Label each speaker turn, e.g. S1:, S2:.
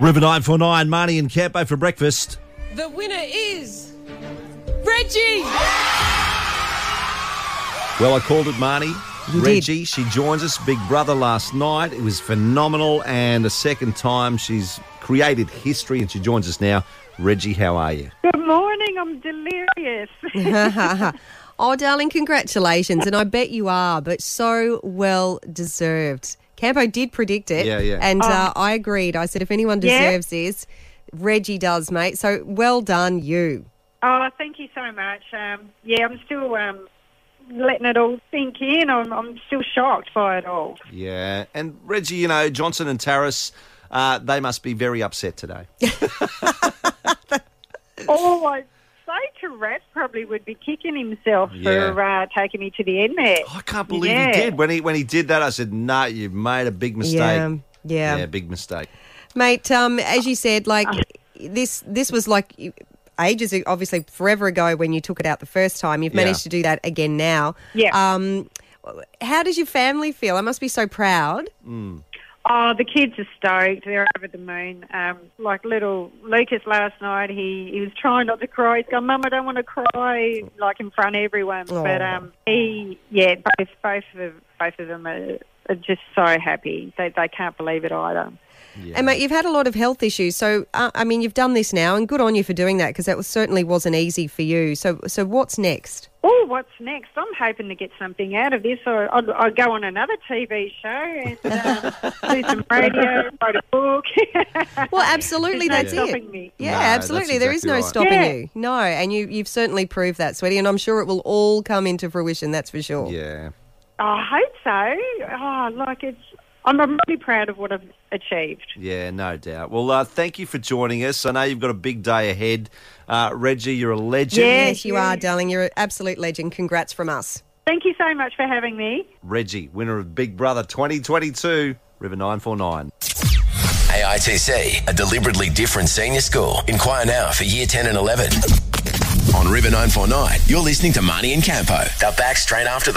S1: River 949, Marnie and Campo for breakfast.
S2: The winner is Reggie.
S1: Well, I called it Marnie.
S3: You did.
S1: Reggie, she joins us. Big Brother last night. It was phenomenal. And the second time she's created history and she joins us now. Reggie, how are you?
S4: Good morning. I'm delirious.
S3: Oh, darling, congratulations. And I bet you are, but so well deserved. Campo did predict it.
S1: Yeah, yeah.
S3: And uh, I agreed. I said, if anyone
S4: Oh. Yeah?
S3: deserves this, Reggie does, mate. So well done, you.
S4: oh, thank you so much. Um, yeah, I'm still um, letting it all sink in. I'm, I'm still shocked by it all.
S1: Yeah. And Reggie, you know, Johnson and Tarras, uh, they must be very upset today.
S4: All I say to Rat probably would be kicking himself
S1: Yeah.
S4: for uh, taking me to the end there.
S1: I can't believe
S4: Yeah.
S1: he did. When he when he did that, I said, "No, you've made a big mistake."
S3: Yeah, yeah.
S1: Yeah, big mistake.
S3: Mate, um, as you said, like
S4: Oh.
S3: this this was like ages obviously forever ago when you took it out the first time. You've
S1: Yeah.
S3: managed to do that again now.
S4: Yeah.
S3: Um how does your family feel? I must be so proud.
S4: Oh, the kids are stoked. They're over the moon. Um, like little Lucas last night, he, he was trying not to cry. He's going, Mum, I don't want to cry, like in front of everyone.
S1: Oh.
S3: Aw.
S4: But um, he, yeah, both both of both of them are, are just so happy. They they can't believe it either.
S3: And mate, you've had a lot of health issues, so uh, I mean, you've done this now, and good on you for doing that because that was, certainly wasn't easy for you. So, so what's next?
S4: Oh, what's next? I'm hoping to get something out of this. I, I'll, I'll go on another TV show and um, do some radio, write a book.
S3: Well, absolutely,
S4: There's
S3: that's
S4: no
S3: it.
S4: stopping me.
S3: Yeah,
S1: No, that's
S3: absolutely. There is no
S1: exactly right.
S3: stopping
S4: Yeah.
S3: you. No, and you, you've certainly proved that, sweetie, and I'm sure it will all come into fruition. That's for sure.
S1: Yeah.
S4: I hope so. Oh, like it's. I'm, I'm really proud of what I've achieved.
S1: Yeah, no doubt. Well, uh, thank you for joining us. I know you've got a big day ahead. Uh, Reggie, you're a legend.
S4: Yeah.
S3: Yes, you are, darling. You're an absolute legend. Congrats from us.
S4: Thank you so much for having me.
S1: Reggie, winner of Big Brother 2022, River 949.
S5: AITC, a deliberately different senior school. Inquire now for year 10 and 11. On River 949, you're listening to Marnie and Campo. They're back straight after the